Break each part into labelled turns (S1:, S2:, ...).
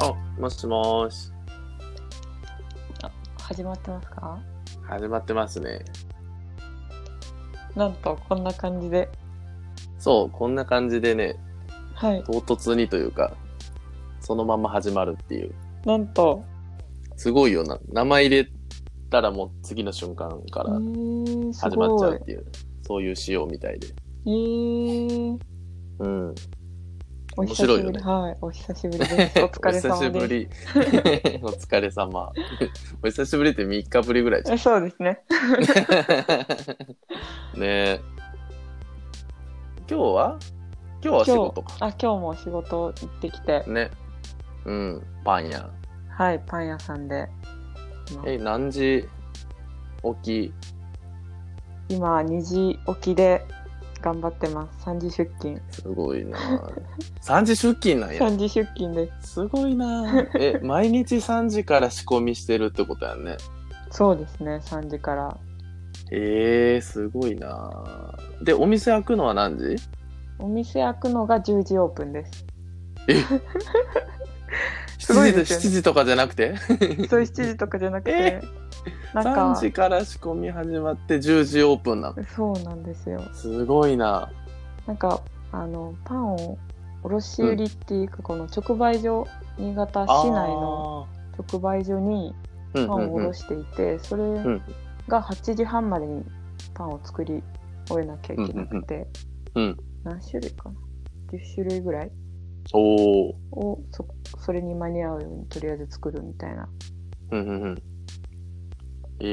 S1: あ、もしもーし。
S2: 始まってますか
S1: 始まってますね。
S2: なんとこんな感じで
S1: そう、こんな感じでね、
S2: はい
S1: 唐突にというか、そのまま始まるっていう。
S2: なんと
S1: すごいよな。名前入れたらもう次の瞬間から
S2: えー、す
S1: 始まっちゃ
S2: ご
S1: う
S2: い
S1: っていう、そういう仕様みたいで。
S2: えー、
S1: うん。
S2: お
S1: 面
S2: 久し
S1: 白
S2: ぶ
S1: い
S2: り、
S1: よね
S2: はいお久しぶりですお疲 れ
S1: お久し
S2: 様
S1: ぶ
S2: で
S1: り。 お疲れ様。お久しぶりって3日ぶりぐらいじゃん
S2: すそうですね
S1: ねえ。今日は今日は仕
S2: 今日
S1: 事か。
S2: あ今日も仕事行ってきて
S1: ね。うん、パン屋。
S2: はいパン屋さんで
S1: え、何時起き
S2: 今2時起きで頑張ってます3時出勤
S1: すごい な。3時出勤なんや。
S2: 3時出勤です
S1: ごいな。え、毎日3時から仕込みしてるってことやんね。
S2: そうですね3時から
S1: えー、すごいな。で、お店開くのは何時
S2: お店開くのが10時オープン です
S1: ?7 時と
S2: すごいですよね
S1: ,7 時とかじゃなくて
S2: そう7時とかじゃなくて、
S1: え
S2: なんか
S1: ?3 時から仕込み始まって10時オープンなの。
S2: そうなんですよ
S1: すごいな。
S2: なんかあのパンを卸売りっていうか、この直売所新潟市内の直売所に
S1: あー、
S2: パンを
S1: うんうんうん
S2: 卸していて、それ
S1: ん
S2: が8時半までにパンを作り終えなきゃいけなくて、
S1: うんうんうん
S2: 何種類かな10種類ぐらい
S1: おー
S2: をそそれに間に合うようにとりあえず作るみたいな
S1: うんうんうん。え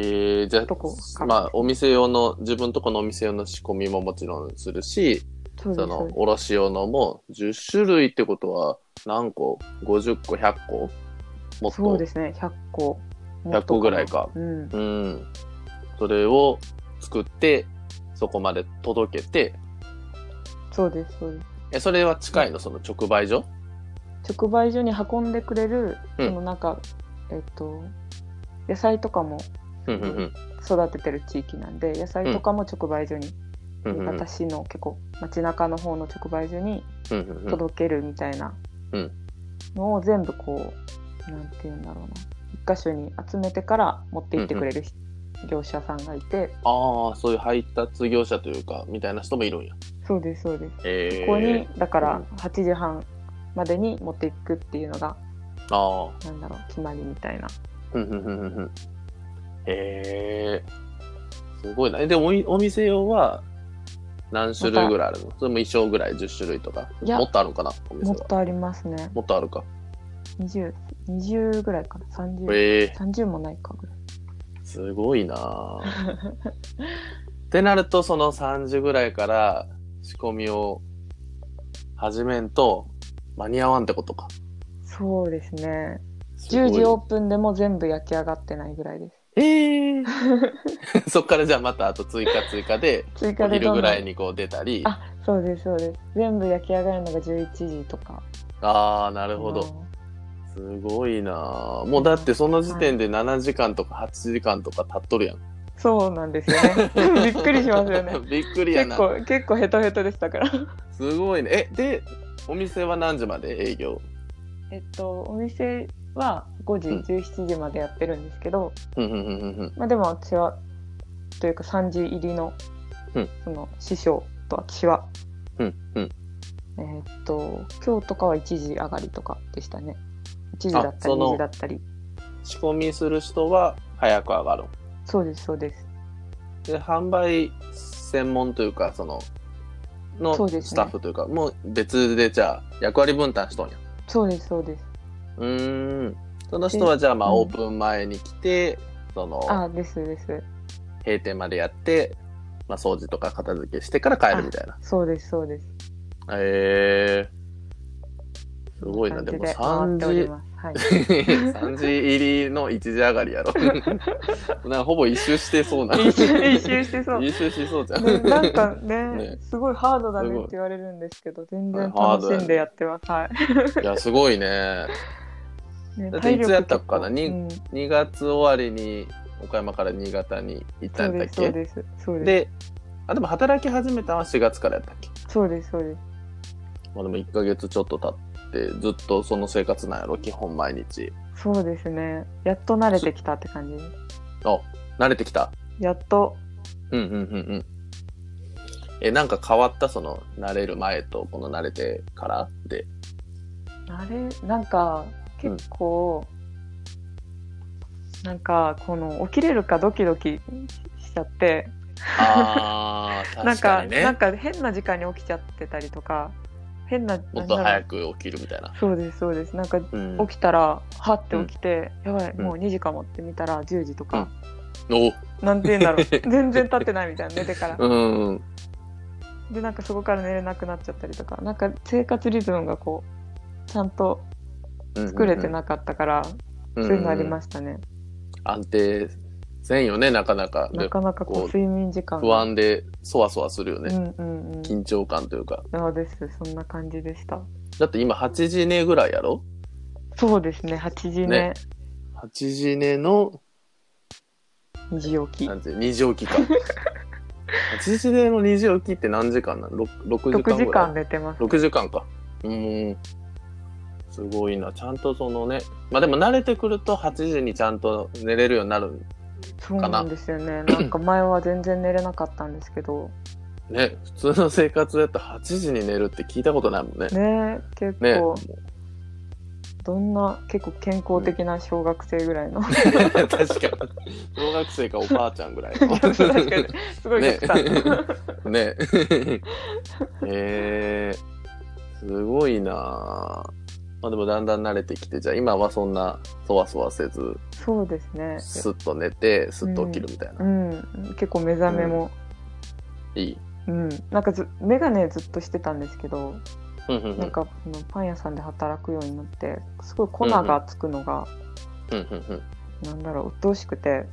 S1: ー、じゃ
S2: とこ
S1: あ、まあ、お店用の、自分とこのお店用の仕込みももちろんするし、
S2: そうで
S1: そ
S2: すそ
S1: の
S2: うで、す
S1: 卸用のも10種類ってことは、何個 ?50 個、100個もっと。
S2: そうですね100個もっと
S1: 100個ぐらいか
S2: うん
S1: うん。それを作って、そこまで届けて、
S2: そうですそうです
S1: え、それは近いのその直売所
S2: 直売所に運んでくれる、
S1: うん
S2: そのなんかえっと野菜とかも
S1: うんうん
S2: 育ててる地域なんで野菜とかも直売所に、
S1: うんうんうんうん
S2: 私の結構街中の方の直売所に
S1: うんうん。
S2: 届けるみたいな
S1: うん
S2: のを全部こうなんて言うんだろうな一箇所に集めてから持って行ってくれるひ、業者さんがいて
S1: ああ、そういう配達業者というか、みたいな人もいるんや。
S2: そうですそうです、
S1: えー、
S2: ここにだか
S1: う
S2: ら
S1: ん
S2: 8時半までに持っていくっていうのが
S1: ああ。
S2: なんだろう決まりみたいな
S1: うんうんうんうんうんへえすごいな。えでもおいお店用は何種類ぐらいあるの、それも衣装ぐらい10種類とか。
S2: いや
S1: もっとあるのかなお店
S2: もっ
S1: は。
S2: とありますね
S1: もっとあるか。
S2: 20, 20ぐらいかな3030
S1: へえ
S2: もないかぐらい
S1: すごいな あってなるとその3時ぐらいから仕込みを始めんと間に合わんってことか。
S2: そうですね
S1: すごい
S2: 10時オープンでも全部焼き上がってないぐらいです
S1: ええ そっからじゃあまたあと追加追加で
S2: 追
S1: お
S2: 加で
S1: 昼
S2: ど
S1: ぐ
S2: んどん
S1: らいにこう出たり。
S2: あそうですそうです全部焼き上がるのが11時とか
S1: ああ、なるほど。
S2: う
S1: すごいなあもうだってその時点で7時間とか8時間とか経っとるやん。
S2: んそうなんですよね びっくりしますよね
S1: びっくりや
S2: 結
S1: な。
S2: 構結構ヘトヘトでしたから
S1: すごいね。え、で、お店は何時まで営業
S2: えっとお店は5時、
S1: うん
S2: 17時までやってるんですけど
S1: ふんふんふんふんふん。
S2: まあでも私はというか3時入りの、
S1: うん
S2: その師匠と私は
S1: うんうん。
S2: えーっと今日とかは1時上がりとかでしたね1時だ
S1: あ
S2: ったり
S1: その
S2: 2時だったり
S1: 仕込みする人は早く上がる。
S2: そうですそうです
S1: で、販売専門というか、その、
S2: そ
S1: の
S2: うですね
S1: スタッフというか、もう別でじゃあ役割分担しとんや。
S2: そうですそうです
S1: うーん。その人はじゃあまあ
S2: うん
S1: オープン前に来て、その、
S2: あですです
S1: 閉店までやって、まあ掃除とか片付けしてから帰るみたいな。
S2: そうですそうです
S1: えー、すごいな、
S2: 感
S1: で
S2: じ
S1: も
S2: 回
S1: 3
S2: っており
S1: 時、
S2: ますはい
S1: 3時入りの1時上がりやろ。 なんかほぼ一周してそうな。
S2: 一周一周してそう
S1: 一周しそうじゃん。
S2: ねなんかね
S1: ね
S2: すごいハードだ
S1: す
S2: ね
S1: ご
S2: っ
S1: い
S2: て言われるんですけど全
S1: はい
S2: 然
S1: ハードやね
S2: 楽しんでやってますはい
S1: や、すごいね。
S2: い、ね
S1: だっていつやったかな
S2: 体力結構
S1: 2月終わりに岡山から新潟に行ったん
S2: うん
S1: だっ
S2: そう
S1: けで
S2: ですそうですそうです
S1: あ、でも働き始めたのは4月からやったっけ
S2: そうですそうです
S1: まあでも1ヶ月ちょっと経っってずっとその生活なんやろ基本毎日
S2: そうですねやっと慣れてきたって感じ
S1: 慣れてきた
S2: やっと
S1: うんうんうんうんえなんか変わったその慣れる前とこの慣れてからで
S2: 慣れなんか結構、なんかこの起きれるかドキドキしちゃって
S1: あー
S2: なん
S1: 確か
S2: か
S1: にね
S2: なんか変な時間に起きちゃってたりとか変な
S1: もっと早
S2: く
S1: く起きるみたいな、
S2: そうですそうですなんか
S1: うん、
S2: 起きたらはって起きて、やばい
S1: うん
S2: もう2時かもって見たら10時とか、
S1: お
S2: なんて言うんだろ う全然経ってないみたいな寝てから
S1: うんうん
S2: でなんかそこから寝れなくなっちゃったりとかなんか生活リズムがこうちゃんと作れてなかったから、
S1: うん
S2: そういうのありましたね、
S1: 安定せんよねなかなか
S2: なかなかこう
S1: こう
S2: 睡眠時間
S1: 不安でそわそわするよね、
S2: うんうんうん
S1: 緊張感というか
S2: そうですそんな感じでした
S1: だって今8時寝ぐらいやろ
S2: そうですね8時
S1: ね
S2: 目、
S1: 8時寝の
S2: 2時起き
S1: なんて2時 起きか8時寝の2時起きって何時間なの 6, 時
S2: 6
S1: 間
S2: 時
S1: ぐら
S2: 間寝てます
S1: い6時間かうーんすごいなちゃんとそのねまあでも慣れてくると8時にちゃんと寝れるようになる
S2: そうなんですよねなんか前は全然寝れなかったんですけど
S1: ね普通の生活だと8時に寝るって聞いたことないもんね
S2: ね結
S1: ね
S2: 構、どんな結構健康的な小学生 ぐらい の
S1: 確かに小学生かおばあちゃんぐら いの
S2: 確かにすごい
S1: ね
S2: 極端、
S1: ねえー、すごいなあまあでもだんだん慣れてきてじゃあ今はそんなそわそわせず
S2: そうですね
S1: スッと寝てスッと起きるみたいな、
S2: うん結構目覚めも、
S1: いい
S2: うんなんかず眼鏡ずっとしてたんですけど、
S1: うんうんう
S2: なん
S1: ん
S2: かそのパン屋さんで働くようになってすごい粉がつくのが、
S1: うんうんうん
S2: なんだろう鬱陶しくて、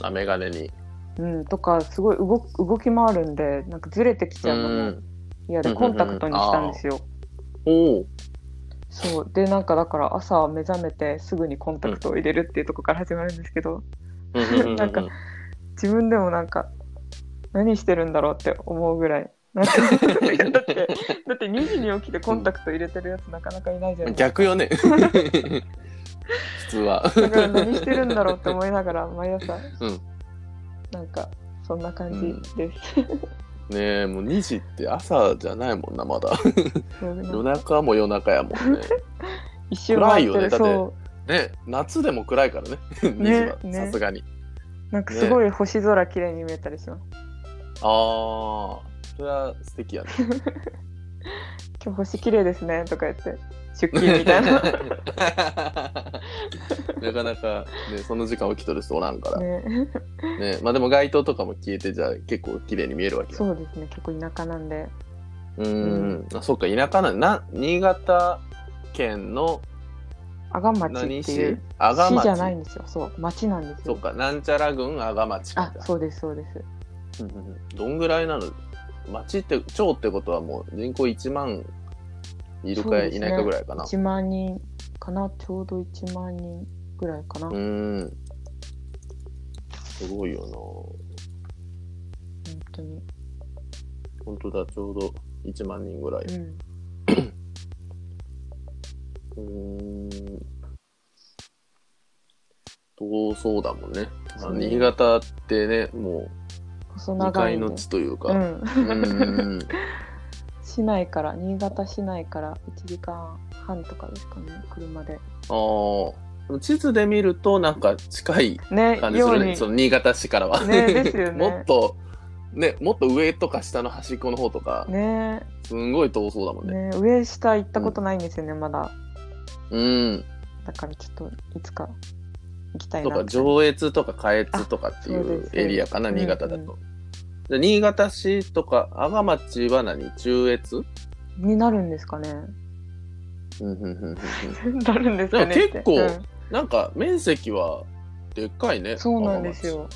S1: あメガネに
S2: うん、とかすごい動く動き回るんでなんかずれてきちゃうの
S1: う
S2: も
S1: ん
S2: 嫌で
S1: うん
S2: コンタクトにしたんですよ。
S1: おお
S2: そうでなんかだから朝目覚めてすぐにコンタクトを入れるっていうところから始まるんですけど、なんか自分でもなんか何してるんだろうって思うぐらいな んかだってだって2時に起きてコンタクト入れてるやつなかなかいないじゃないですか
S1: 逆よね普通は
S2: だから何してるんだろうって思いながら毎朝、
S1: うん
S2: なんかそんな感じです、
S1: ねえもう2時って朝じゃないもんなまだ
S2: そう
S1: 夜中も夜中やもんね
S2: 一周回
S1: 暗
S2: って
S1: いよね
S2: る
S1: だって
S2: そ
S1: ね夏でも暗いからね2時は
S2: ね
S1: さすがに
S2: うなんかすごい星空綺麗に見えたりします、
S1: ああ、それは素敵やね。
S2: 今日星綺麗ですねとか言って出勤みた いな、ね
S1: なかなか、ね、その時間起きとる人おらんから。ねまあでも街灯とかも消えて、じゃあ結構綺麗に見えるわけよ。
S2: そうですね結構田舎なんで
S1: うーん。あ、そっか、田舎なんな、新潟県の
S2: 阿賀町
S1: 何
S2: って
S1: 市
S2: いう
S1: 阿賀
S2: 市じゃない
S1: 町。
S2: んですよそう町なんです
S1: そ
S2: よ
S1: っか、なんちゃら郡阿賀町
S2: あ
S1: か。
S2: そうですそうです
S1: うんうんうんどんぐらいなの町って、町ってことはもう人口1万いる
S2: そう
S1: か
S2: です
S1: いな
S2: ね
S1: いかぐらいかな。
S2: 1万人かなちょうど1万人ぐらいかな、
S1: うーん。すごいよな。
S2: 本当に、
S1: 本当だ、ちょうど1万人ぐらい。
S2: うん、
S1: うーん。遠そうだもんね。まあ
S2: そう
S1: 新潟ってね、も
S2: 細
S1: う2
S2: 長い
S1: 階
S2: んで
S1: の地というか。
S2: う
S1: うん
S2: ん、
S1: う んうん
S2: 市内から新潟市内から1時間半とかですかね車で
S1: あーでも地図で見るとなんか近い
S2: ね
S1: 感じす
S2: よう
S1: る
S2: に
S1: ね、その新潟市からは。
S2: ねですよね
S1: もっと、ね、もっと上とか下の端っこの方とか、
S2: ね
S1: すんごい遠そうだもんね。
S2: ね上下行ったことないんですよね、まだ
S1: うん。
S2: だからちょっといつか行きたい
S1: と
S2: な
S1: か
S2: って
S1: 上越とか下越とかってい
S2: あそうで
S1: う
S2: す
S1: エリアかな
S2: そうです
S1: 新潟だと、
S2: うんう
S1: で新潟市とか阿賀町は何中越、
S2: になるんです かね
S1: うんうんうんうんうん
S2: なるんですかねって
S1: でも結構なんか面積はでっかいね
S2: うんそうなんです
S1: 阿
S2: よ
S1: 賀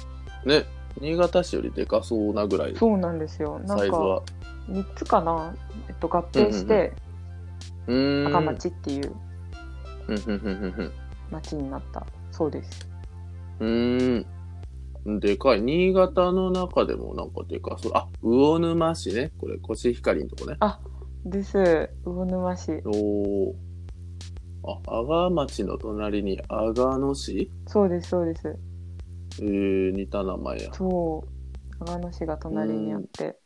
S1: 町ね新潟市よりでかそうなぐらいサ
S2: そうなんですよな
S1: イ
S2: ん
S1: ズ
S2: か
S1: は
S2: 3つかな、えっと、合併して
S1: うーん
S2: 赤町っていう
S1: うんうんうん
S2: 町になったそうです
S1: うんうんうーんでかい新潟の中でもなんかでかそうあ魚沼市ねこれコシヒカリのとこね
S2: です。魚沼市。
S1: おーあ、阿賀町の隣に阿賀野市
S2: そうです、そうです。
S1: えー、似た名前や。
S2: そう。長野市が隣にあって。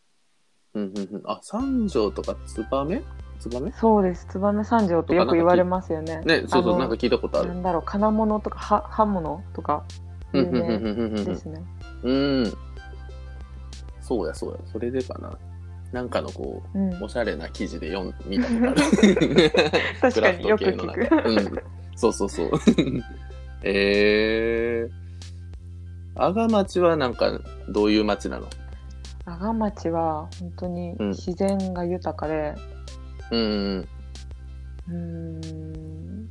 S1: うんうんうん。あ、三条とか燕燕
S2: そうです。燕三条ってよく言われますよね。
S1: ね、そう
S2: あ
S1: そう、
S2: の
S1: なんか聞いたことあ
S2: な
S1: る。
S2: んだろう、金物とか、は刃物とか
S1: うん
S2: 有
S1: うんうん
S2: 名
S1: うんうん
S2: ですね。
S1: うん。うん。そうや、そうや。それでかな。なんかのこう、
S2: うん。
S1: おしゃれな記事で読ん見た ことある。
S2: 確かによく聞
S1: クラフト系の中
S2: く。
S1: でうん、そうそう そう。えー。阿賀町はなんかどういう町なの
S2: 阿賀町は本当に
S1: うん
S2: 自然が豊かで、
S1: うんうん
S2: うーん、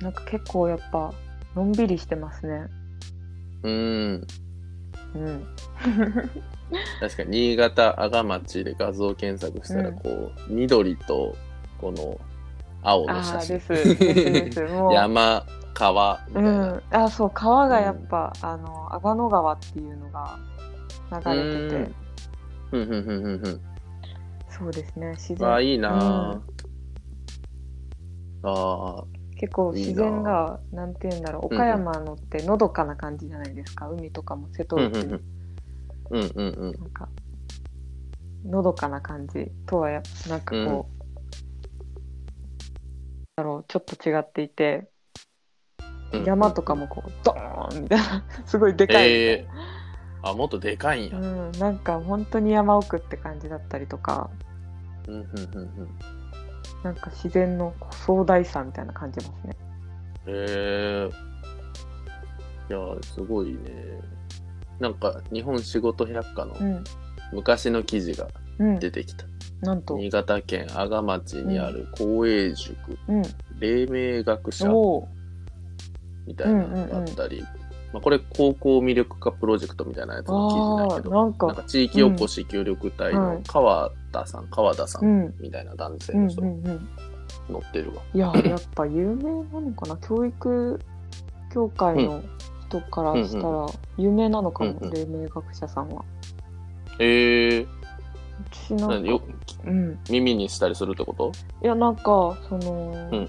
S2: なんか結構やっぱ、のんびりしてますね。
S1: うん。うん。
S2: うん。
S1: 確かに新潟阿賀町で画像検索したら
S2: うん
S1: こう、緑とこの青の
S2: あ
S1: 写
S2: あ、
S1: 真
S2: です。 です。です。もう。
S1: 山川み
S2: う
S1: たいな、
S2: ん、あそう川がやっぱ、あの阿賀野川っていうのが流れてて
S1: うんうんうんうんうん
S2: そうですね自
S1: わあ
S2: 然
S1: いいなあ、ああ
S2: 結構自然がなんて言うんだろ
S1: う
S2: う
S1: んうん
S2: 岡山のってのどかな感じじゃないですか、海とかも瀬戸
S1: うん
S2: 内
S1: う
S2: も
S1: んうんうんうんうん
S2: なんかのどかな感じとはやなんかこう、
S1: うん
S2: だろうちょっと違っていて
S1: うん
S2: 山とかもこうドーンみたいな すごいでかい、
S1: えー、あもっとでかいんや、
S2: うん、なんか本当に山奥って感じだったりとか。
S1: うんうんうんうん
S2: なんか自然の壮大さみたいな感じますね。
S1: えー、いやすごいねなんか日本仕事百科の
S2: うん。
S1: 昔の記事が
S2: うん。
S1: 出てきた、
S2: なんと。
S1: 新潟県阿賀町にある公営塾、
S2: うん。
S1: 黎明学者
S2: おお。
S1: みたいなのがあったり、まあ、これ高校魅力化プロジェクトみたいなやつの記事なんや
S2: あ
S1: けど
S2: あ、なん
S1: なん
S2: か。
S1: か地域おこし協力隊
S2: う
S1: の
S2: ん
S1: 川田さん、川田さ
S2: うんん。
S1: みたいな男性
S2: うん
S1: の
S2: う
S1: 人
S2: んうん。
S1: 乗ってるわ。
S2: いや、やっぱ有名なのかな。教育協会の人からしたら有名なのか
S1: うんう
S2: も。
S1: ん
S2: 黎明学者さんは。
S1: ええ
S2: 私な
S1: なん
S2: ん
S1: でよ
S2: か、うん。
S1: 耳にしたりするってこと
S2: いや、なんか、その
S1: うん、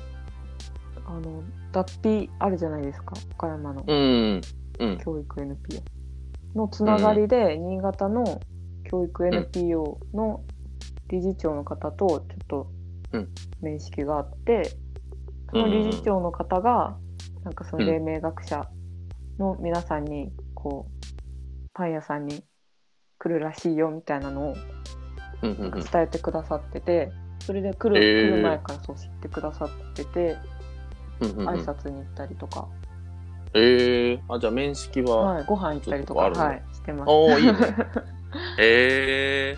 S2: あの、脱皮あるじゃないですか。岡山の
S1: うん。うん。
S2: 教育 NPO のつながりで、新潟の教育 NPO の理事長の方とちょっと
S1: うん
S2: 面識があって、その理事長の方がなんかその黎明学者の皆さんにこうパン屋さんに来るらしいよみたいなのを
S1: うんうんうん。
S2: 伝えてくださってて。それで来る,、
S1: へー
S2: 来る前からそう知ってくださってて
S1: うんうんう
S2: 挨
S1: ん
S2: 拶に行ったりとか、
S1: ええあ、じゃあ面識は。
S2: はい、ご飯行ったりと
S1: ちょ
S2: か、
S1: っとあ
S2: は
S1: る
S2: い、してます。
S1: おおいいね。 ええ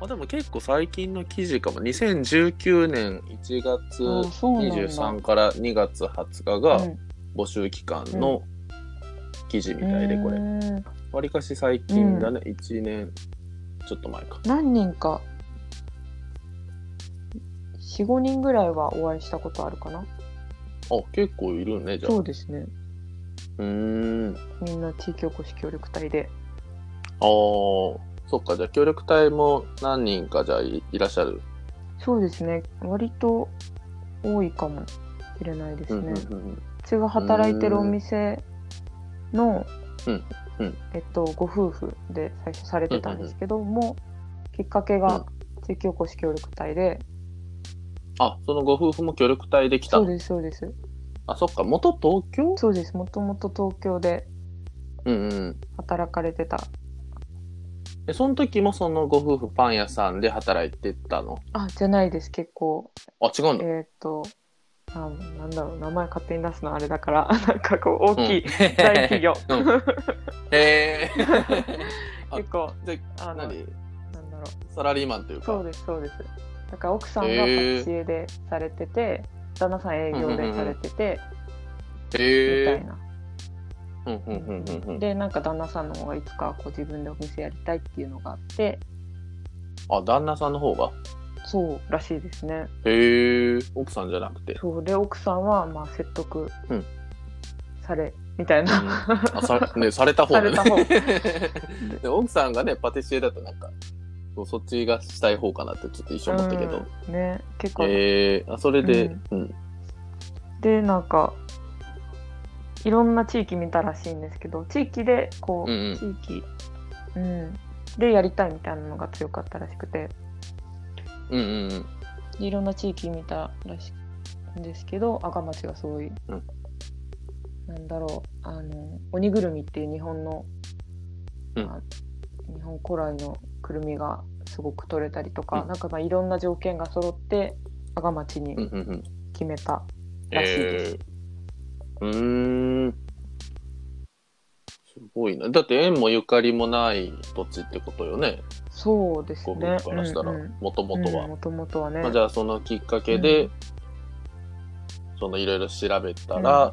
S1: あ、でも結構最近の記事かも。2019年1月
S2: あそうなんだ
S1: 23から2月20日が
S2: うん
S1: 募集期間の記事みたいで、これ
S2: う。ーん
S1: わりかし最近だね、1年ちょっと前か。
S2: 何人か45人ぐらいはお会いしたことあるかな
S1: あ、結構いるね、じゃあ。
S2: そううですね
S1: ーん。
S2: みんな地域おこし協力隊で
S1: ああ、そっか、じゃあ協力隊も何人かじゃあいいらっしゃる。
S2: そうですね割と多いかもしれないです
S1: うん
S2: ね、
S1: う
S2: うん
S1: うん
S2: ちが働いてるお店の、
S1: うんうん
S2: えっと、ご夫婦で最初されてたんですけども、きっかけが地域おこし協力隊で、
S1: あ、そのご夫婦も協力隊で来た
S2: そう
S1: の。
S2: ですそうです
S1: あ、そっか、元東京
S2: そうですもともと東京で
S1: うんうん。
S2: 働かれてた
S1: え、その時もそのご夫婦パン屋さんで働いてたの。
S2: あじゃないです結構
S1: あ、違うんだ。
S2: えっ、とあ、なんだろう、名前勝手に出すのあれだから、 なんかこう、大きい
S1: うん
S2: 大企。業。
S1: うん へえ。 あ
S2: 結構、
S1: じゃあ、
S2: あの
S1: 何
S2: なんだろう、
S1: サラリーマンというか。
S2: そうです、そうです。だから奥さんがパテ
S1: へー
S2: ィシエでされてて、旦那さん営業でされてて、みた
S1: へ
S2: い
S1: え。
S2: な。
S1: うんうんうんうんうん。
S2: で、なんか旦那さんの方がいつかこう自分でお店やりたいっていうのがあって、
S1: あ、旦那さんの方が
S2: そうらしいですね。
S1: へえ。奥さんじゃなくて。
S2: そうで、奥さんはまあ説得
S1: うん
S2: され、みたい
S1: うん
S2: な。
S1: あさね、された方
S2: さ
S1: だね
S2: れた方。
S1: で奥さんがねパティシエだとなんかそうそっちがしたい方かなってちょっと一瞬思ったけど。
S2: うんね結構、
S1: えー、あそれで、うん。
S2: でなんかいろんな地域見たらしいんですけど地域でこう、
S1: うんうん
S2: 地域、うん、でやりたいみたいなのが強かったらしくて
S1: うんうんうん。
S2: でいろんな地域見たらしいんですけど赤町がすごい、
S1: うん
S2: なんだろうあの鬼ぐるみっていう日本の、
S1: うん
S2: あ日本古来のくるみがすごく取れたりとか、
S1: うん
S2: なんかまあいろんな条件が揃って赤町
S1: うん
S2: に
S1: うんうん。
S2: 決めたらしいです。
S1: えー、うーん。すごいな。だって縁もゆかりもない土地ってことよね。
S2: そうです
S1: ご
S2: ね
S1: 夫。婦からしたら
S2: うんうん、
S1: もともとは。
S2: もともとはね。
S1: まあ、じゃあそのきっかけで、
S2: うん
S1: そのいろいろ調べたら、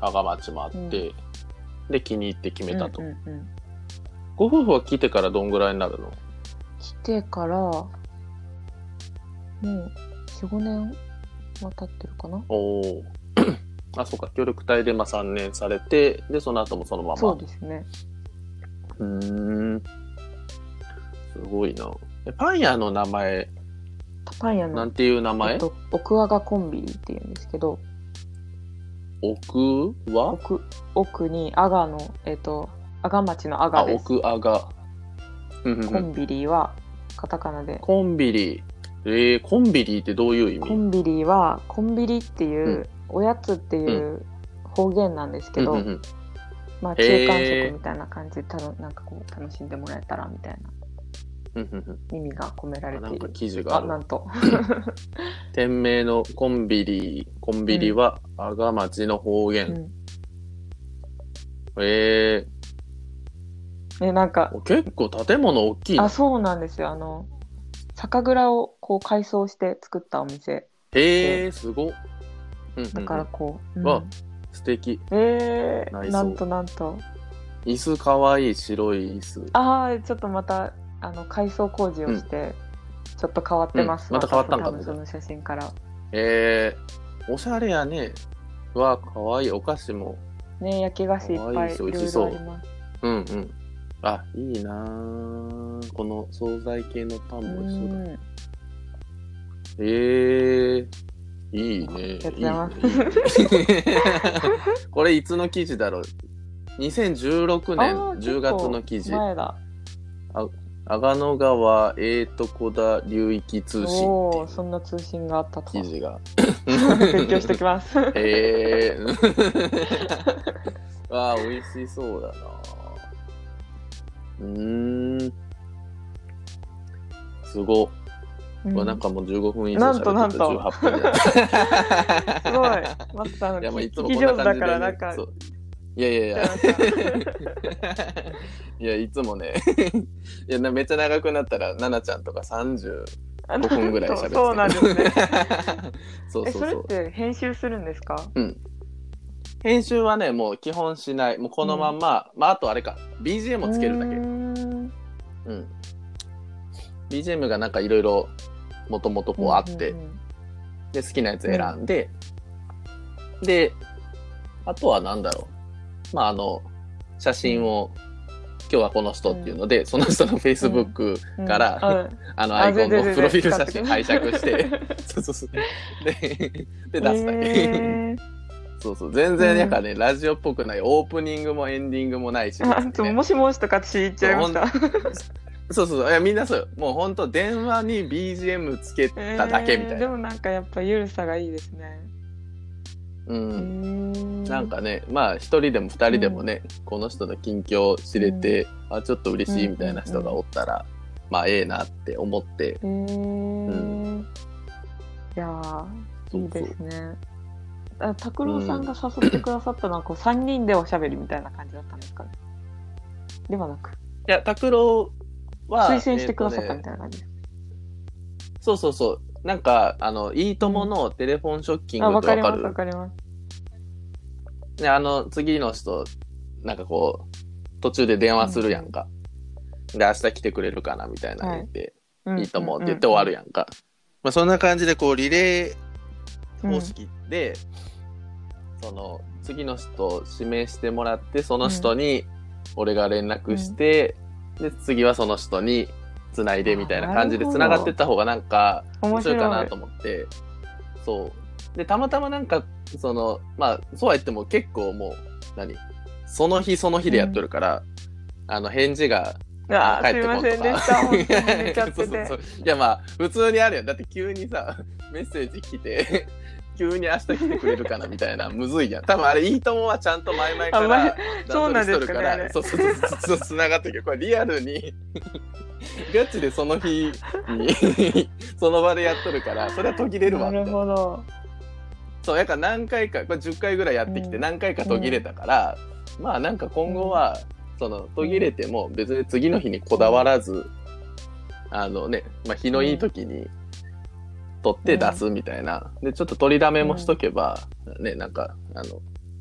S1: 阿賀町もあって、で気に入って決めたと、
S2: うんうんうん
S1: ご夫婦は来てからどんぐらいになるの
S2: 来てから、もう4、5年は経ってるかな。
S1: おおあそうか協力隊でまあ3年されてでその後もそのまま
S2: そうですね。
S1: うーんすごいなえパン屋の名前
S2: パン屋
S1: な
S2: の
S1: ん、ていう名
S2: え
S1: 前、
S2: っと、奥和がコンビっていうんですけど、
S1: 奥は
S2: 奥奥に阿賀の、えっと、阿賀町の阿
S1: あ
S2: 賀です。
S1: 奥阿賀うんうんう
S2: コ
S1: ん
S2: ンビリーはカタカナで。
S1: コンビリえー、コンビリってどういう意
S2: コ
S1: 味
S2: ンビリーはコンビリっていう、
S1: うん
S2: おやつっていう方言なんですけど、
S1: うんうんうん
S2: まあ、
S1: へー
S2: 中間食みたいな感じで、たのなんかこう楽しんでもらえたらみたいな
S1: うんうんうん
S2: 意味が込められ
S1: な
S2: て
S1: ん
S2: い
S1: か
S2: る。
S1: 記事が
S2: あ
S1: あ
S2: な
S1: る。
S2: んと。
S1: 店名のコンビリ、コンビリは阿賀町の方言。
S2: うん
S1: え
S2: ねなんか
S1: ー、結構建物大きい
S2: あ
S1: な。
S2: そうなんですよあの酒蔵をこう改装して作ったお店
S1: えー、すごっ。うんうんうん
S2: だからこう、うん
S1: わ素敵。
S2: え
S1: 内装
S2: ー、なんとなんと
S1: 椅子かわいい白い椅子。
S2: ああちょっとまたあの改装工事をして、ちょっと変わってます、
S1: うんまた変わったんだ
S2: 多分その写真から
S1: えー、おしゃれやね。わ、かわいい。お菓子も。
S2: ね焼き菓子いっ
S1: か
S2: ぱいいろ
S1: わいい
S2: い
S1: 美味し
S2: ろ
S1: そう
S2: あります
S1: うんうん。あ、いいなーこの惣菜系のパン
S2: う
S1: も美味しそうだ。
S2: ん
S1: ええいいね。
S2: ありがとうご
S1: いいねいいねこれいつの記事だろう ?2016 年
S2: あー
S1: 10月の記事
S2: 結構。前だ
S1: 阿賀野川えーとこだ流域通信
S2: おおー
S1: って
S2: そんな通信があったと
S1: い
S2: は
S1: う記事が。
S2: 勉強して きます
S1: えー、 わあ、美味しそうだな。うーん。すごっ。
S2: うん
S1: わなんかもう15分以上喋ってて
S2: なんとなんと
S1: 18分になった
S2: すごいマッツ さん
S1: いや、まあ、いつ
S2: 聞
S1: も
S2: き
S1: こん
S2: 上
S1: な
S2: 手
S1: 感じで、
S2: だから
S1: ね。
S2: なんか
S1: そういやいやい や。いや、いつもね。 いや、なめっちゃ長くなったら、ななちゃんとか35
S2: あなんか
S1: 分ぐらい喋ってた
S2: そう なんですね。
S1: そう
S2: え
S1: そ
S2: そうれ
S1: そ
S2: っ
S1: う。
S2: て編集するんですか
S1: 編集はね、もう基本しない。もうこのまんま、まあ、あとあれか、BGM をつけるだけ。
S2: うー
S1: うんん。BGM がなんかいろいろ、もともとこうあって、
S2: うんうんうん
S1: で、好きなやつ選んで、で、あとはなんだろう。まあ、あの、写真を、今日はこの人っていうので、その人の Facebook から、あの、アイコンのプロフィール写真拝借 して、 そうそうそう。で、で出すだけ。
S2: え
S1: そうそう。全然、なんかね、ラジオっぽくない、オープニングもエンディングもないし、
S2: ー、あちょ
S1: ね
S2: もしもしとか私言っちゃいました。
S1: そうそうそう。いや、みんなそうよ。もう本当電話に BGM つけただけみた
S2: えー
S1: い
S2: で
S1: な。
S2: もなんかやっぱゆるさがいいですね。
S1: うん。
S2: な
S1: なんかね、まあ、一人でも二人でもね、この人の近況を知れて、あ、ちょっと嬉しいみたいな人がおったら、まあ、ええなって思って、
S2: え
S1: う
S2: ー、いや
S1: そ
S2: ーいうい
S1: そう
S2: で。すね。あ拓郎さんが誘ってくださったのはこう3人でおしゃべりみたいな感じだったんですかねではなく
S1: いや、拓郎は、
S2: 推薦してくださった
S1: えーとね
S2: みたいな感じです
S1: そうそうそう。なんか、あの、いいとものテレフォンショッキング
S2: あ、
S1: って
S2: わ
S1: わか
S2: かり
S1: る
S2: ます、わかります。
S1: ね、あの、次の人、なんかこう、途中で電話するやんか。で、明日来てくれるかなみたいなの言って、
S2: うん
S1: いいともって言って終わるやんか。まあ、そんな感じで、こう、リレー方式で、その、次の人を指名してもらって、その人に、俺が連絡して、で、次はその人につないでみたいな感じでつながってった方がなんか面白いかなと思ってそうでたまたまなんかそのまあそうは言っても結構もう何その日その日でやっとるから、あの返事が
S2: あー
S1: 帰ってこんとか
S2: すいません でした本当に寝ちゃってて
S1: そうそうそういやまあ普通にあるよだって急にさ メッセージ来て 急に明日来てくれるかなみたいなむずいやん多分あれいいともはちゃんと前々か
S2: あ前
S1: ら
S2: そうなんですかねあ
S1: ら
S2: れ
S1: そうそうそうそうつながってるけどこれリアルに ガチでその日に その場でやっとるからそれは途切れるわ
S2: な
S1: みたい
S2: る
S1: な
S2: ほど
S1: そうやから何回かこれ10回ぐらいやってきて
S2: うん
S1: 何回か途切れたから、まあなんか今後は、その途切れても別に次の日にこだわらず、あのね、まあ、日のいい時に取って出すみたいな、でちょっと取りだめもしとけば、ねなんかあの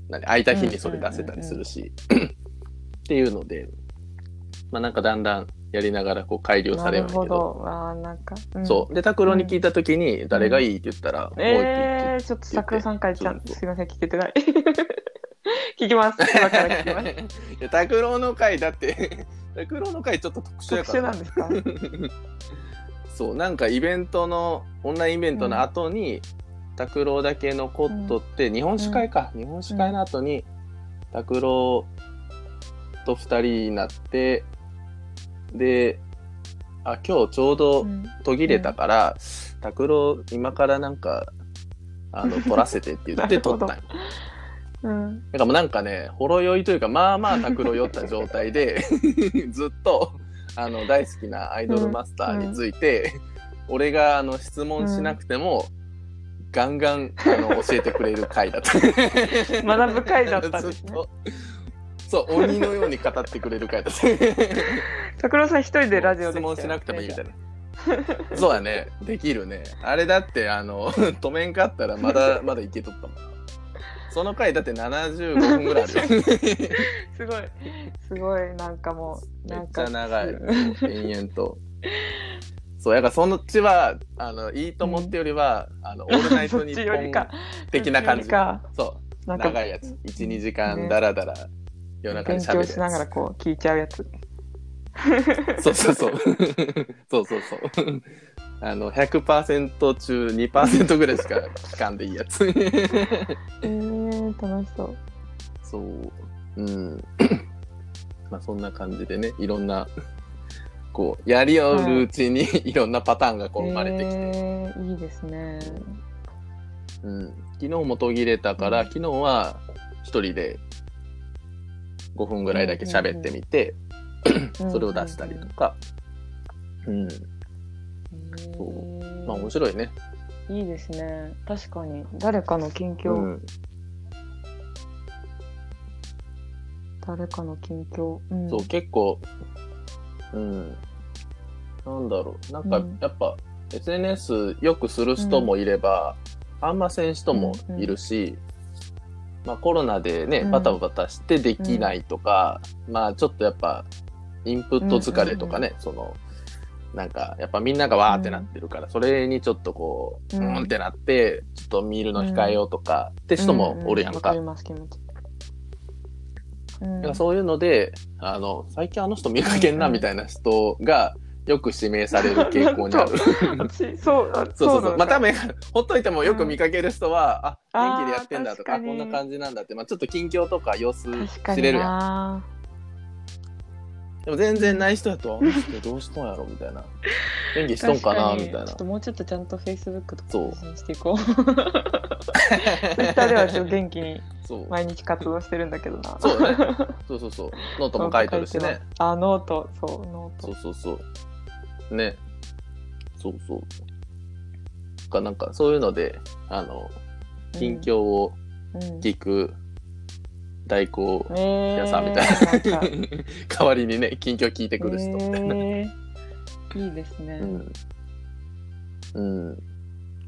S1: 何空いた日にそれ出せたりするし、っていうのでまあなんかだんだんやりながらこう改良さ
S2: な
S1: れ
S2: る
S1: るんだけ
S2: ほ
S1: ど
S2: どあーなんか、うん
S1: そうで拓郎に聞いた時に「誰がいい?」って言ったら「もういい」って言って。
S2: えー、ちょっと作さん会ちゃん
S1: そうそう
S2: すいません聞けてない 聞きます今から聞きます
S1: いや拓郎の会だって 拓郎の会ちょっと特殊やか
S2: 特殊
S1: ら
S2: なんですか
S1: そうなんかイベントのオンラインイベントの後に拓郎、だけ残っとって、日本酒会か、日本酒会の後に拓郎、と2人になってであ今日ちょうど
S2: うん
S1: 途切れたから拓郎、今からなんかあの撮らせてって言っ
S2: な
S1: て
S2: る
S1: 撮
S2: ほ
S1: ったん
S2: ど
S1: よ
S2: うん
S1: なんかもうなんかね、ほろ酔いというか、まあまあ拓郎酔った状態 で、ずっと、あの、大好きなアイドルマスターについて、俺が、あの、質問しなくても、ガンガン、 あの、教えてくれる回だった。
S2: 学ぶ回だったんです
S1: ずっ
S2: ね
S1: と。そう、鬼のように語ってくれる回だった。
S2: 桜さん一人でラジオで
S1: 質問しなくてもいいみたい
S2: な
S1: な。そうやね、できるね。あれだって、あの、 止めんかったら、ま だ、まだいけとったもん。その回だって75分ぐらいあるよ。
S2: すごいすごいなんかもう
S1: めっ
S2: なん
S1: ちゃ
S2: か
S1: 長 い
S2: うん
S1: 延々とそうやからそのうちはあのいいともってよりは、あのオールナイトニ
S2: そっちよ
S1: ッ
S2: り
S1: ポ
S2: か
S1: ン的な感じ
S2: そっちよりか
S1: そ
S2: な
S1: うん
S2: か
S1: 長いやつ12時
S2: ね
S1: 間だらだら夜中
S2: 勉
S1: にしゃべ
S2: 強
S1: る
S2: しながら
S1: や
S2: こう聞いちゃうやつ
S1: つそうそうそう そうそうそうあの100%中2%ぐらいしか聞かんでいいやつ
S2: えー、楽しそう
S1: そううんまあそんな感じでねいろんなこうやり合ううちに、いろんなパターンがこう生まれてきて、
S2: えー、いいですね
S1: うん、昨日も途切れたから、
S2: うん
S1: 昨日は一人で5分ぐらいだけ喋ってみて、それを出したりとか、うん
S2: そ
S1: そうまあ面白いね、
S2: いいですね確かに誰かの近況、
S1: うん
S2: 誰かの近況、うん、
S1: そう結構、うん、なんだろうなんか
S2: うん
S1: やっぱ SNS よくする人もいれば、あんません人もいるし、まあ、コロナでね
S2: うん
S1: バタバタしてできないとか、まあちょっとやっぱインプット疲れとかね、そのなんかやっぱみんながわーってなってるから、それにちょっとこうう
S2: うん
S1: んってなってちょっと見るの控えようとかって人もおるやん
S2: うう
S1: か。
S2: わかります気持ち、うん
S1: なんかそういうので、あの、最近あの人見かけんな
S2: うん
S1: みたいな人がよく指名される傾向に ある。
S2: な
S1: そう
S2: 私そうあ
S1: そうそう
S2: なの
S1: まあ
S2: か
S1: 多分、ほっといてもよく見かける人は、
S2: うん
S1: あ、元気でやってんだとか、
S2: あー
S1: こ
S2: 確か
S1: ん
S2: に
S1: な感じなんだって、まあちょっと近況とか様子
S2: 確か
S1: 知
S2: に
S1: れるや。
S2: なん
S1: でも全然ない人やと、あの人どうしとんやろみた いな。元気しとんかなみたい
S2: ちょ
S1: な
S2: っ。ともうちょっとちゃんと Facebook とか
S1: そう
S2: 発信してい こう Twitter ではちょっと元気に
S1: そう。
S2: 毎日活動してるんだけどな
S1: そうね。そうそうそう。ノートも書いてるしね。
S2: あノートそうノー
S1: そ
S2: ト
S1: うそうそう。ね。そうそう。かなんかそういうので、あの、近況を、
S2: うん
S1: 聞く代 行
S2: うんえー
S1: 屋さんみたいな、
S2: んか
S1: 代わりにね近況聞いてくる人みたいな、
S2: えーいいですね、
S1: うん、うん、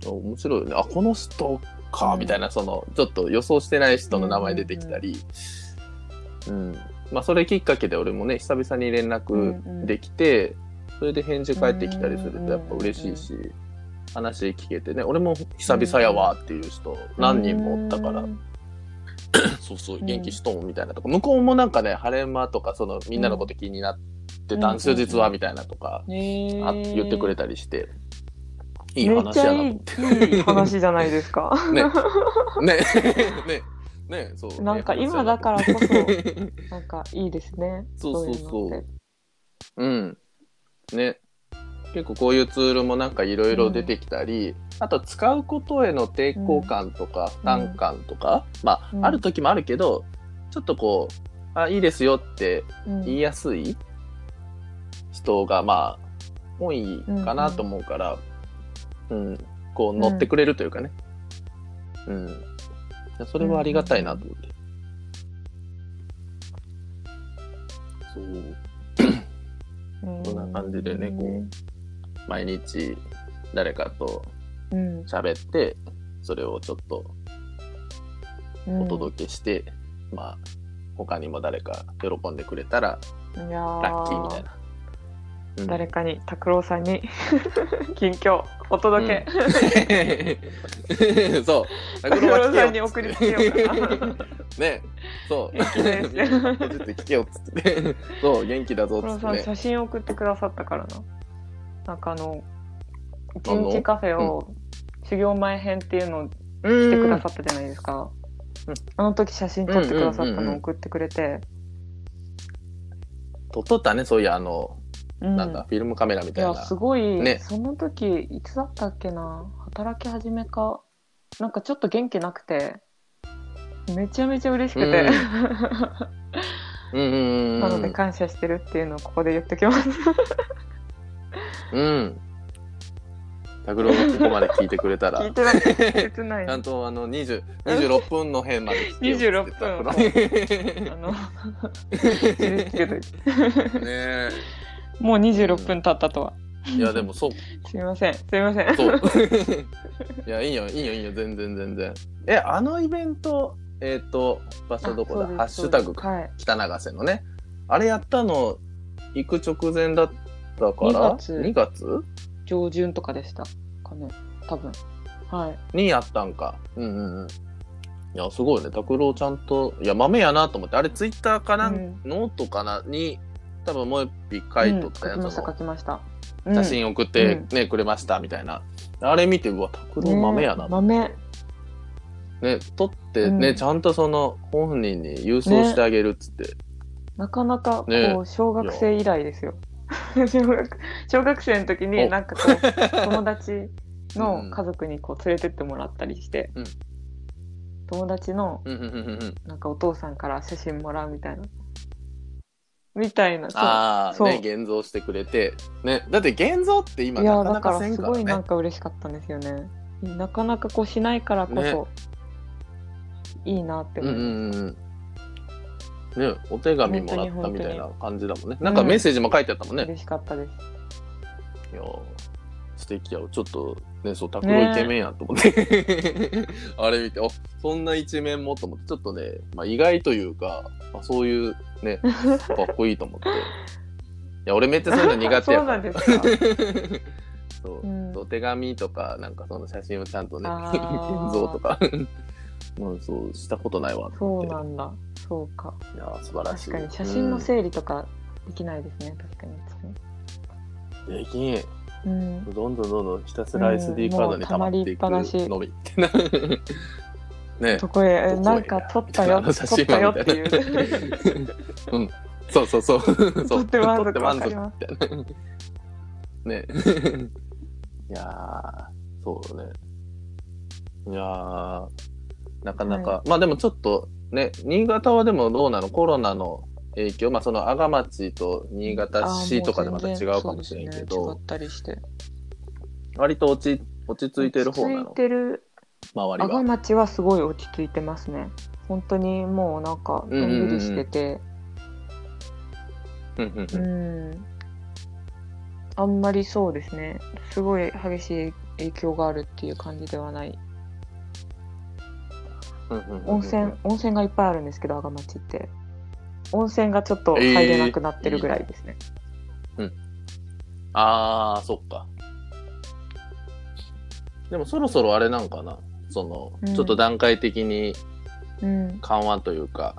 S1: あ面白いよねあこの人か、
S2: うん
S1: みたいなそのちょっと予想してない人の名前出てきたりうんまあそれきっかけで俺もね久々に連絡できて、それで返事返ってきたりするとやっぱ嬉しいし、話聞けてね俺も久々やわっていう人何人もおったから、
S2: うん
S1: そうそう、元気しとんみたいなとか、向こうもなんかね、晴れ間とか、そのみんなのこと気になっってたんですよ、
S2: うんうんうん
S1: 実は、みたいなとか、あ言ってくれたりして、いい
S2: めっ
S1: 話
S2: ち
S1: や
S2: ゃ
S1: なと
S2: い
S1: 思っ
S2: い
S1: て。
S2: いい話じゃないで すか
S1: ね。 ね。ね。ね。そう。
S2: なんか
S1: いい話
S2: 今
S1: やな
S2: だ
S1: と
S2: か
S1: 思っ
S2: ら
S1: て
S2: こ そなんかいいですね
S1: そうそうそう
S2: いのって
S1: うん。ね。結構こういうツールもなんかいろいろ出てきたり、あと使うことへの抵抗感とか負担感とか、ま
S2: うん
S1: あ、ある時もあるけど、ちょっとこう、あ、いいですよって
S2: うん
S1: 言いやすい人が、まあ、多いかなと思うから、うん、こう乗ってくれるというかね。うん。いやそれはありがたいなと思って。そう。
S2: うん
S1: こんな感じでねこ毎日誰かと
S2: うん
S1: 喋ってそれをちょっとお届けして、まあ他にも誰か喜んでくれたら
S2: うんいや
S1: ラッキーみたいな、うん
S2: 誰かに拓郎さんに 近況お届け、
S1: うんそう
S2: 拓郎さんに
S1: 拓
S2: 送り
S1: 郎
S2: つ
S1: は
S2: け
S1: 来
S2: よ
S1: てよ
S2: うかな
S1: ねそう
S2: 元気です
S1: 聞けよっつってそう元気だぞ
S2: 拓
S1: っつって
S2: 郎さん
S1: ね
S2: 写真送ってくださったからななんかあの一日カフェを修行前編っていうのを
S1: うん
S2: してくださったじゃないですか、
S1: うん
S2: あの時写真撮ってくださった
S1: うんうんうんう
S2: の
S1: ん
S2: 送ってくれて、
S1: 撮っとったねそういうあの、
S2: うん
S1: なんだフィルムカメラみ
S2: い
S1: たい
S2: や
S1: な
S2: すごい、
S1: ね
S2: その時いつだったっけな働き始めかなんかちょっと元気なくてめちゃめちゃ嬉 しくて、
S1: うんうんうんうん
S2: なので感謝してるっていうのをここで言っときます
S1: うん。拓郎がここまで聞いてくれた
S2: 聞い
S1: ら、ち
S2: てない切ない
S1: ゃんとあの20 26分の編まで聞いてよって言っ
S2: あ
S1: て
S2: の印つけといて
S1: た。ねえ。
S2: もう26分経ったとは、
S1: いや、でもそう、
S2: すいませんすいません
S1: そう。 いや、いいよ、いいよ、いいよ、全然、全然。え、あのイベント、えっ、と、場所どこだ
S2: あそうで
S1: ハッシュタ
S2: す
S1: グか、
S2: はい
S1: 北長瀬のね。あれやったの、行く直前だったから、
S2: 2月
S1: 2月
S2: 上旬とかでしたかね多分はい
S1: にやったんか。うんうんうん。いや、すごいね。拓郎ちゃんと、いや、豆やなと思って、あれ、ツイッターかなん、
S2: うん
S1: ノートかなに、多分もう一匹書いとったや
S2: うん
S1: つ
S2: 書
S1: も、
S2: きました書きました、
S1: 写真送って、ねくれました、みたいな。あれ見て、うわ、拓郎豆やな。
S2: ね豆
S1: ね、撮ってね、
S2: うん
S1: ちゃんとその、本人に郵送してあげるっつって。
S2: なかなかこ
S1: ね
S2: う小学生以来ですよ。 小学小学生の時に
S1: お
S2: なんかこう 友達の家族にこう連れてってもらったりして、
S1: うん
S2: 友達の
S1: うんうんうんうんうん。
S2: なんかお父さんから写真もらうみたいなみたいなそう
S1: ああ、
S2: う
S1: ね、現像してくれて。ね、だって現像って今、
S2: い
S1: なか
S2: やだ
S1: な
S2: か
S1: からせん
S2: す
S1: か
S2: ご
S1: ら
S2: いなん
S1: ね。
S2: か嬉しかったんですよね。なかなかこうしないからこそ、
S1: ね
S2: いいなって
S1: うんう
S2: 思いました。
S1: んうん。ね、お手紙もらった
S2: 本当に本当
S1: み
S2: に
S1: たいな感じだもんね。なんかメッセージも書いてあったもんね。
S2: 嬉しかったです。
S1: いやー素敵やわちょっとねそう拓郎イケメンやと思って、 あれ見てあそんな一面もと思ってちょっとね、まあ、意外というか、まあ、そういうねかっこいいと思 っていや俺めっちゃそういうの苦手
S2: そ
S1: や
S2: う
S1: か
S2: なん
S1: ら
S2: ですか。
S1: そう
S2: う、ん
S1: お手紙とかなんかその写真をちゃんとね
S2: あ
S1: 現
S2: ー
S1: 像とかもうそうしたことないわと
S2: そう
S1: 思
S2: な
S1: っ
S2: んだ。そうか。
S1: ていや素晴らしい
S2: 確かに写真の整理とかできないですね、確かに
S1: うんできん
S2: うん、
S1: どんどんどんどんひたすら
S2: うん
S1: SD カードに溜まっていく
S2: もう溜まりっぱなし
S1: のみ ってな。ね
S2: そこへ
S1: どこへ
S2: なんか撮ったよ
S1: あの
S2: 撮
S1: 写真
S2: ったよ
S1: は
S2: ってい
S1: みたいな
S2: う
S1: うん。そうそうそう。 そう
S2: 撮って満足
S1: 撮って満足
S2: わかります
S1: みたいな。ね。 いやー、そうね。いやー、なかなか、まあでもちょっとね、新潟はでもどうなのコロナの影響、まあその阿賀町と新潟市とかでまた違うかもしれんけ
S2: あーも
S1: ど
S2: う、全然そうですね違ったりして
S1: 割と落ち落ち着いてる方な
S2: 落ち着
S1: の
S2: いてる
S1: 周
S2: 阿
S1: りは
S2: 賀。町はすごい落ち着いてますね本当にもうなんかのんびりしてて
S1: うんうんう
S2: うんんあんまりそうですねすごい激しい影響があるっていう感じではない
S1: うんうんうんうん
S2: 温泉、温泉がいっぱいあるんですけど阿賀町って温泉がちょっと入れなくなってるぐらいですね、
S1: ああそっかでもそろそろあれなんかなその、
S2: うん
S1: ちょっと段階的に
S2: うん
S1: 緩和というか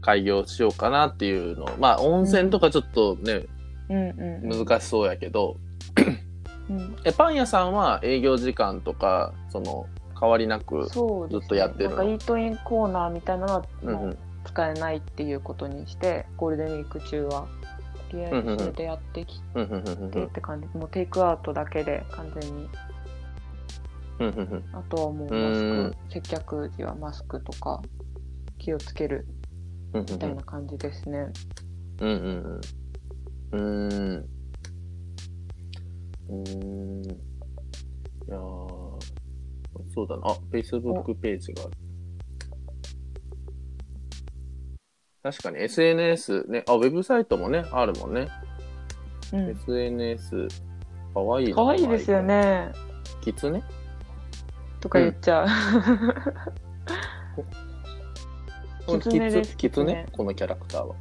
S1: 開業しようかなっていうのまあ温泉とかちょっとね、
S2: うんうんうん
S1: 難しそうやけど
S2: うん
S1: えパン屋さんは営業時間とかその変わりなく
S2: そうですね
S1: ずっとやってる
S2: な
S1: の
S2: んかイートインコーナーみたいなのは
S1: う
S2: も
S1: んう
S2: うん使えないっていうことにして、ゴールデンウィーク中はとりあえずそれでやってき
S1: うんうんうんう
S2: てっ
S1: ん
S2: て感じ、もうテイクアウトだけで完全に
S1: うんうんうん
S2: あとはもうマスク接客時はマスクとか気をつける
S1: うん
S2: みたいな感じですね、
S1: うんうんうんうんうーんうーんいやーそうだなあ Facebook ページがある確かに SNS ねあウェブサイトもねあるもんね、
S2: うん
S1: SNS かわいいな
S2: 可愛いですよね
S1: キツネ
S2: とか言っちゃう、
S1: うん
S2: キツネです
S1: キツネこのキャラクターは。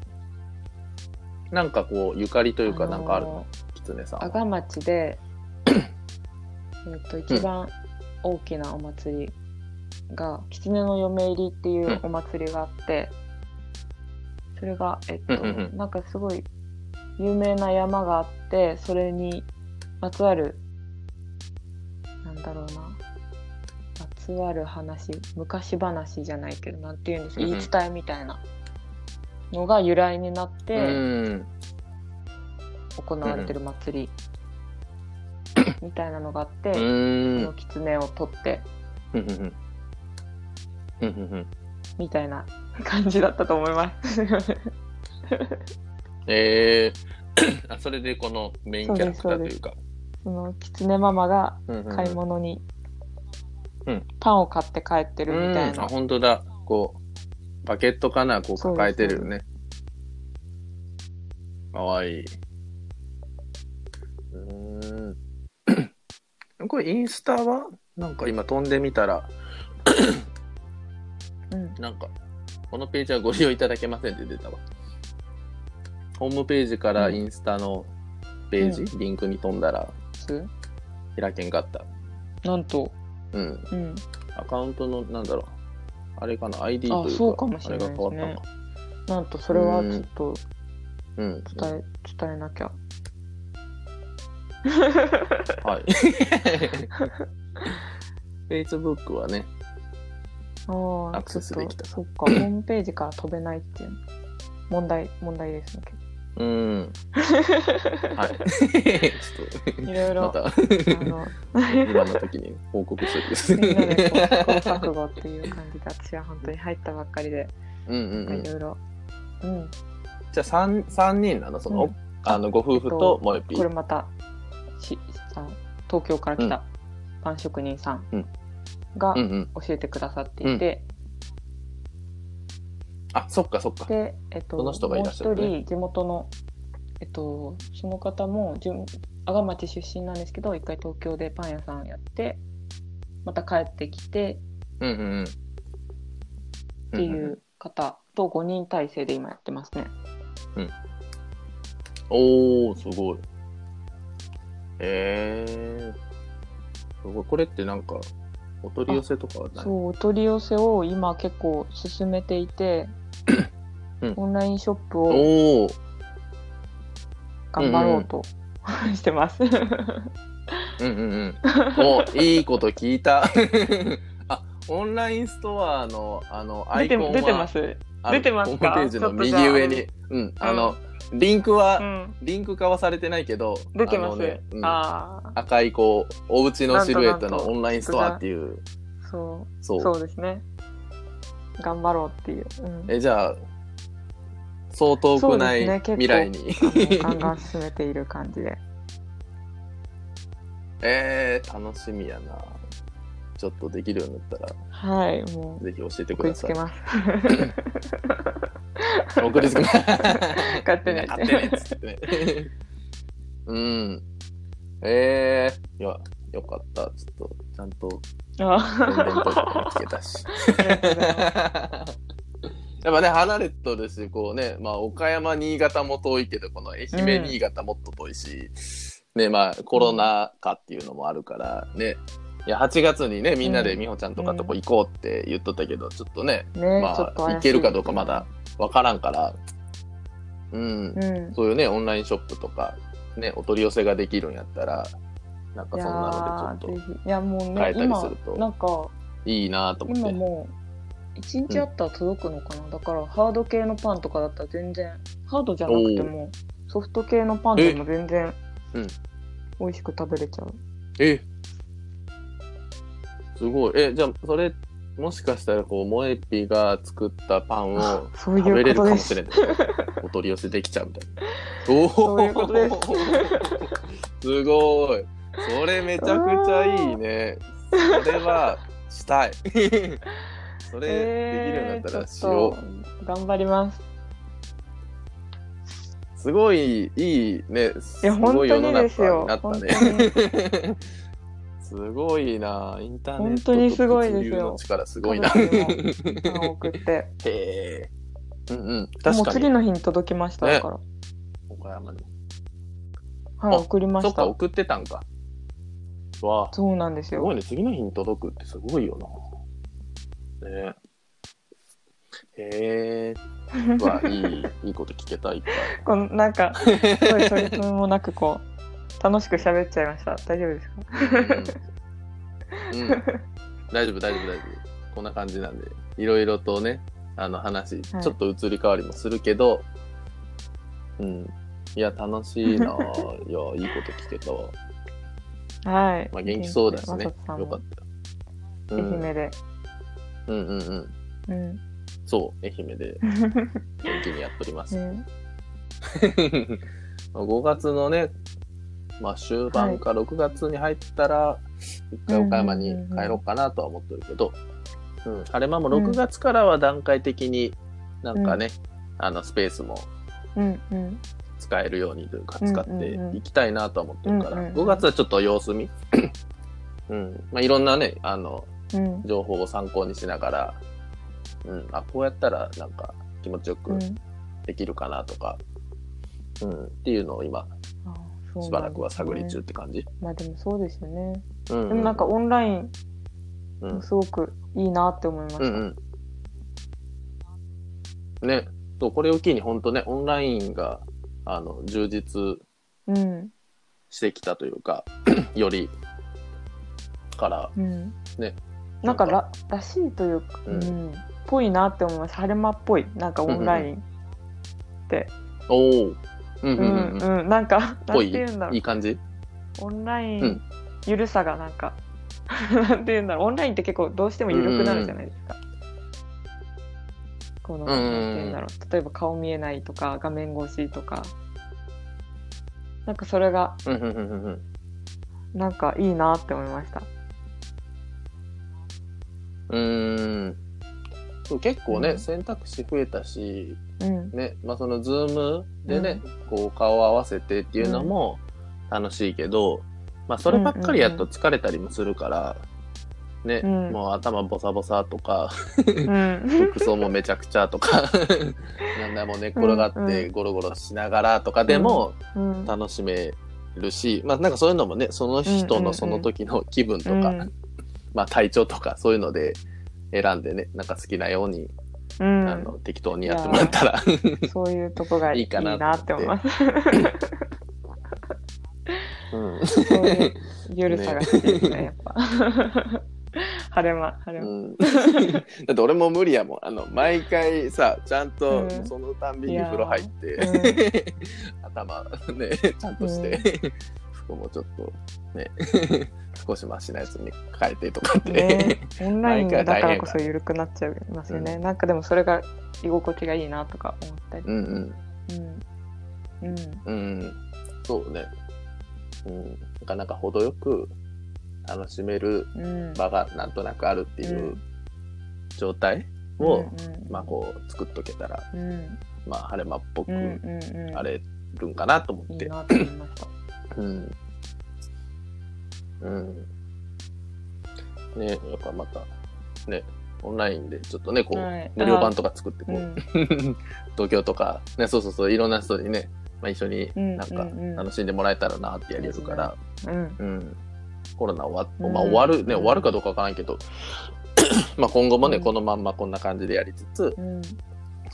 S1: なんかこう、ゆかりというか、なんかあるの、キツネさん
S2: 阿
S1: は。
S2: 賀町で えっと一番大きなお祭りが「狐の嫁入り」っていうお祭りがあって、それがえっと、
S1: うんうんうん
S2: なんかすごい有名な山があってそれにまつわるなんだろうなまつわる話昔話じゃないけどなんて言うんですか、
S1: うんうん
S2: 言い伝えみたいなのが由来になっ
S1: う
S2: て。
S1: ん。
S2: 行われてる祭りみたいなのがあって、
S1: う
S2: そ
S1: ん
S2: の。狐を取って
S1: うんうんうんうんうん
S2: みたいな感じだったと思います。
S1: えー あそれでこのメインキャラクターというか。
S2: その狐ママが
S1: うんうん
S2: 買い物に
S1: うん
S2: パンを買って帰ってるみたい
S1: うん
S2: な
S1: あ、、本当だ。こう、バケットかな、こう抱えてるよね。かわいい。うー ん。これインスタはなんか今飛んでみたら、
S2: うん
S1: なんか、このページはご利用いただけませんって出たわ。ホームページからインスタのページ、リンクに飛んだら
S2: す
S1: 開けんかった。
S2: なんと、
S1: うん。
S2: うん、
S1: アカウントの、なんだろう。あれかな、ID
S2: あ
S1: というか、
S2: そうかもしれない
S1: あれが変わった
S2: で
S1: の
S2: す
S1: か。
S2: なんとそれはちょっと
S1: うん。
S2: 伝え伝えなきゃ。
S1: はい。Facebook はね、
S2: ああ
S1: アクセスできた
S2: そっかホームページから飛べないっていう問題問題 ですね。
S1: うん。 はい。ちょっ
S2: いろい
S1: と、ま
S2: ろ、
S1: た、
S2: あの
S1: 今の時に報告するです。
S2: みんなでこう試行錯誤っていう感じで私は本当に入ったばっかりで
S1: うんうんうん。
S2: い
S1: じ
S2: ろいろ、うん、
S1: ゃあ三三人なのその、
S2: うん
S1: あのご夫婦ともえぴ
S2: これまたしあ東京から来たパン職人さ
S1: うんん
S2: が
S1: うんうん。
S2: 教えてくださっていて、
S1: あ、そっかそっか。
S2: で、えっと、
S1: その人がいらっしゃるね
S2: もう一人地元の、えっと、その方もじゅん阿賀町出身なんですけど一回東京でパン屋さんやってまた帰ってきて
S1: うんうんうん。
S2: っていう方と5人体制で今やってますね。
S1: おー、すごい。えー。すごい。これってなんか、お取り寄せとかはない
S2: そうお取り寄せを今結構進めていて、
S1: うん
S2: オンラインショップを
S1: おー。
S2: 頑張ろうと、 してます。
S1: うんうんうん。お、いいこと聞いた。 あ、オンラインストアの、あの、ア
S2: 出
S1: イコンは、
S2: て出てます。
S1: あの
S2: 出てますか
S1: ホームページの右
S2: ちょっとじゃあ
S1: 上に、うん、あの、リンクは、
S2: うん、
S1: リンク化はされてないけど、
S2: 出てま
S1: あの
S2: す。
S1: ねうん
S2: ああ
S1: 赤い、こう、お家のシルエット
S2: なん
S1: の
S2: となんと
S1: オンラインストアっていう、
S2: そ
S1: そうう。
S2: そうですね。頑張ろうっていう。うん
S1: え、じゃあ、そう遠くない
S2: そうですね
S1: 未来に。
S2: あのガンガン進めている感じで。
S1: えー、楽しみやな。ちょっとできるようになったら、
S2: はい、もう
S1: ぜひ教えてく
S2: 食い
S1: だ
S2: つ
S1: さ
S2: け
S1: い。
S2: ます。
S1: 送りつけない
S2: 勝手なやつ
S1: 勝手なやつってね うんええー、いやよかったちょっとちゃんとコンテンツとかも
S2: あ
S1: 聞けたし
S2: ありがとうござ います
S1: やっぱね離れとるしこうねまあ岡山新潟も遠いけどこの愛媛、
S2: うん
S1: 新潟もっと遠いしねまあコロナ禍っていうのもあるからねいや8月にねみんなで美穂ちゃんとかとこ行こうって言っとったけど、ちょっとね
S2: ね、
S1: ま
S2: ちょっ
S1: あ
S2: と怪しい
S1: 行けるかどうかまだ分からんからうん、
S2: うん
S1: そういうねオンラインショップとかねお取り寄せができるんやったらなんかそんなのでちょっ
S2: いやーぜひいやもう
S1: 変え
S2: ね
S1: たりす
S2: 今
S1: ると
S2: なんか
S1: といいなと思
S2: 今
S1: って
S2: もう1日あったら届くのかな、だからハード系のパンとかだったら全然ハードじゃなくてもソフト系のパンでも全然
S1: うん
S2: 美味しく食べれちゃう、
S1: えすごいえじゃあそれもしかしたらこう萌えピが作ったパンを
S2: そう
S1: 食べ
S2: い
S1: れ
S2: う
S1: るか
S2: こと
S1: も
S2: で
S1: し
S2: す
S1: れないお取り寄せできちゃうみ たいなお
S2: そういうことです
S1: すごいそれめちゃくちゃいいねそれはしたいそれできるようになったらしよう、
S2: えーちょっと頑張ります
S1: すごいいいね
S2: い
S1: す
S2: や
S1: ご
S2: 本
S1: い
S2: 当
S1: 世の
S2: にです
S1: 中
S2: よ
S1: になった
S2: 本
S1: ね
S2: 当に
S1: すごいなインターネッ
S2: 本
S1: ト
S2: 当にす
S1: と
S2: ごい
S1: 物
S2: です
S1: 流
S2: よ
S1: の力すごいな
S2: 家族
S1: へ
S2: にもパンを送って
S1: えうんうん
S2: も
S1: 確
S2: う
S1: か
S2: 次
S1: に
S2: の日に届きました
S1: ね
S2: だから、
S1: 岡山に
S2: は
S1: あ
S2: い送りま
S1: そ
S2: し
S1: ったか
S2: そう
S1: 送ってたんかわあ
S2: なんです
S1: す
S2: よ
S1: ごいね次の日に届くってすごいよなねへえはいいいいこと聞けたいっぱい
S2: このなんかすごいそれともなくこう楽しく喋っちゃいました大丈夫ですか
S1: うんうん、大丈夫大丈夫大丈夫こんな感じなんでいろいろとねあの話、
S2: はい
S1: ちょっと移り変わりもするけどうんいや楽しいなあいやいいこと 聞けたわ、
S2: はい、
S1: まあ、元気そうだしねよ
S2: ま
S1: か
S2: さとさんも
S1: った、う
S2: 愛
S1: ん、
S2: 媛で、
S1: うんうんうん
S2: うん、
S1: そう愛媛で元気にやっております、
S2: ね
S1: 5月のねまあ終盤か6月に入ったら一回岡山に帰ろうかなとは思ってるけど、うん、晴れ間も6月からは段階的になんかね、あのスペースも
S2: うんうん
S1: 使えるようにというか
S2: うんうん
S1: 使っていきたいなとは思ってるから、
S2: うんうん
S1: 5月はちょっと様子見、うんまあ、いろんなねあの
S2: うん
S1: 情報を参考にしながら、うん、あこうやったらなんか気持ちよ
S2: う
S1: く
S2: ん
S1: できるかなとか、うん、っていうのを今
S2: あそうなんですね
S1: しばらくは探り中って感じ。
S2: まあでもそうですよね
S1: で
S2: でもなんか、オンライン
S1: うん
S2: すごくいいなって思いました、
S1: うんうん。ね、そうこれを機に本当ね、オンラインがあの充実
S2: うん
S1: してきたというか、 よりから、
S2: うん
S1: ね
S2: なんかららしいというか、
S1: う
S2: うんんぽいなって思います晴れ間っぽいなんかオンラインって
S1: おお、うん
S2: う
S1: うん
S2: ん
S1: うんうん、
S2: うんなんかなん
S1: ぽ
S2: て
S1: い
S2: 言うんだろう
S1: いい感じ。
S2: オンライ
S1: う
S2: ン
S1: ん
S2: ゆるさがなんか なんて言うんだろうオンラインって結構どうしてもゆるくなるじゃないですか。この
S1: うんうんうん
S2: なんて言うんだろう例えば顔見えないとか画面越しとかなんかそれが
S1: うんうんうんうんうん
S2: なんかいいなって思いました。。
S1: うーん。そう結構ね、
S2: うん
S1: 選択肢増えたし、
S2: うん
S1: ね、まあそのズームでね、こう顔を合わせてっていうのも楽しいけど、まあそればっかりやっと疲れたりもするから、ね、
S2: うん
S1: もう頭ボサボサと か、
S2: うん
S1: 服装もめちゃくちゃとか、 なんだもう寝っ転が
S2: うん
S1: っ
S2: う
S1: てゴロゴロしながらとかでも
S2: うん
S1: 楽しめるし、まあなんかそういうのもね、その人のその時の気分とか、
S2: うん
S1: まあ体調とかそういうので選んでね、なんか好きなように、
S2: うん
S1: あの適当にやってもらったら、
S2: そういうとこがい
S1: い
S2: い
S1: いかな
S2: なって思います。
S1: うん
S2: そう いうゆるさが好きですねやっぱ。 晴れ間晴れ間。
S1: うん だって俺も無理やもんあの毎回さちゃんと
S2: うん
S1: そのたんびに
S2: いやー
S1: 風呂入って、 頭ねちゃんとして、服もちょっとね少しマシなやつに変えてとかって、
S2: ね、オンラインだからこそ緩くなっちゃいますよね、なんかでもそれが居心地がいいなとか思ったり
S1: うんうん
S2: うんうん
S1: うんそうね、うん、なかなか程よく楽しめる
S2: うん
S1: 場がなんとなくあるっていううん状態を、
S2: うん
S1: まあこう作っとけたら、
S2: うんうん
S1: まあ、晴れ間っぽ
S2: うん
S1: く
S2: うんうん
S1: あれるんかなと思
S2: い
S1: っ
S2: い
S1: て。
S2: なと思いました
S1: うん。うん。ね、やっぱまた、ね、オンラインでちょっとね、こう、
S2: はい
S1: 無料版とか作って、こ
S2: う
S1: う、
S2: ん
S1: 東京とか、ね、そうそうそう、いろんな人にね、まあ、一緒に
S2: うん
S1: なん
S2: う
S1: か
S2: んうん
S1: 楽しんでもらえたらなってやれるから、
S2: うん
S1: うん。コロナ終わ,、まあ、
S2: うん
S1: 終わるね、終わるかどうかわからんけど まあ今後もね、
S2: うん
S1: このまんまこんな感じでやりつつ
S2: うん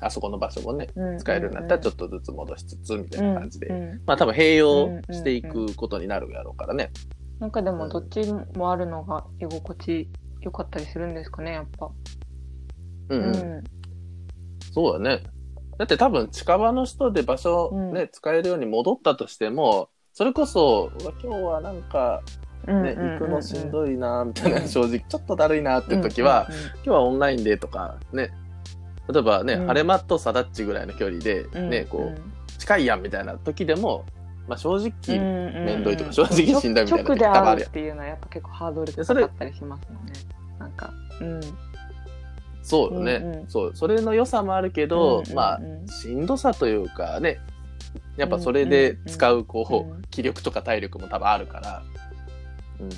S1: あそこの場所もね
S2: うん
S1: 使えるようになったらちょ
S2: っ
S1: っとずつ戻しつつみたいな感じで、
S2: うんうん
S1: まあ多分併用していくことになるやろうからね、
S2: なんかでもどっちもあるのが居心地良かったりするんですかねやっぱ。
S1: う
S2: うん
S1: うんそうだねだって多分近場の人で場所、ね
S2: うん
S1: 使えるように戻ったとしてもそれこそうわ今日はなんか
S2: うん
S1: ね、行くのしん
S2: い
S1: どいなみたいな、
S2: うん
S1: 正直ちょっとだるいなっていう時は、、今日はオンラインでとかね例えばね、
S2: うん
S1: 晴れ間とサダッチぐらいの距離で、
S2: うんうん
S1: ねこう近いやんみたいな時でも、まあ、正
S2: うん
S1: 直、
S2: うんうん
S1: めんどいとか正直しんどいみたいな
S2: 直で
S1: 多々ある
S2: 会う
S1: やん
S2: っていうのはやっぱ結構ハードル高
S1: それ
S2: かったりしますもんね。なんか。うん。
S1: そうよね、
S2: うんうん
S1: そうそれの良さもあるけど、
S2: うんうんうん
S1: まあしんどさというかねやっぱそれで使うこう、
S2: うん
S1: 気力とか体力も多分あるから、うん、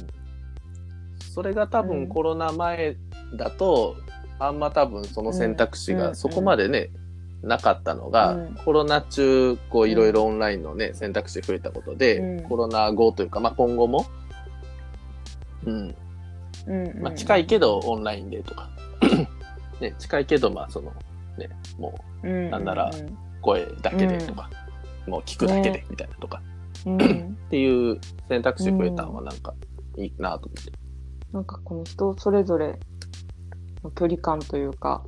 S1: それが多
S2: う
S1: 分
S2: ん
S1: コロナ前だと、あんま多分その選択肢
S2: う
S1: が
S2: ん
S1: そこまでね、なかったのが、
S2: うん
S1: コロナ中こういろいろオンラインのね選択肢増えたことで、
S2: うん
S1: コロナ後というか、まあ、今後も、うん
S2: うんうん
S1: まあ、近いけどオンラインでとか、 ね、近いけどまあそのねもなんならう声だけでとか、もう聞くだけでみたいなとか、
S2: うんうん
S1: っていう選択肢増えたのはなんかいいなと思って。
S2: なんかこの人それぞれの距離感というか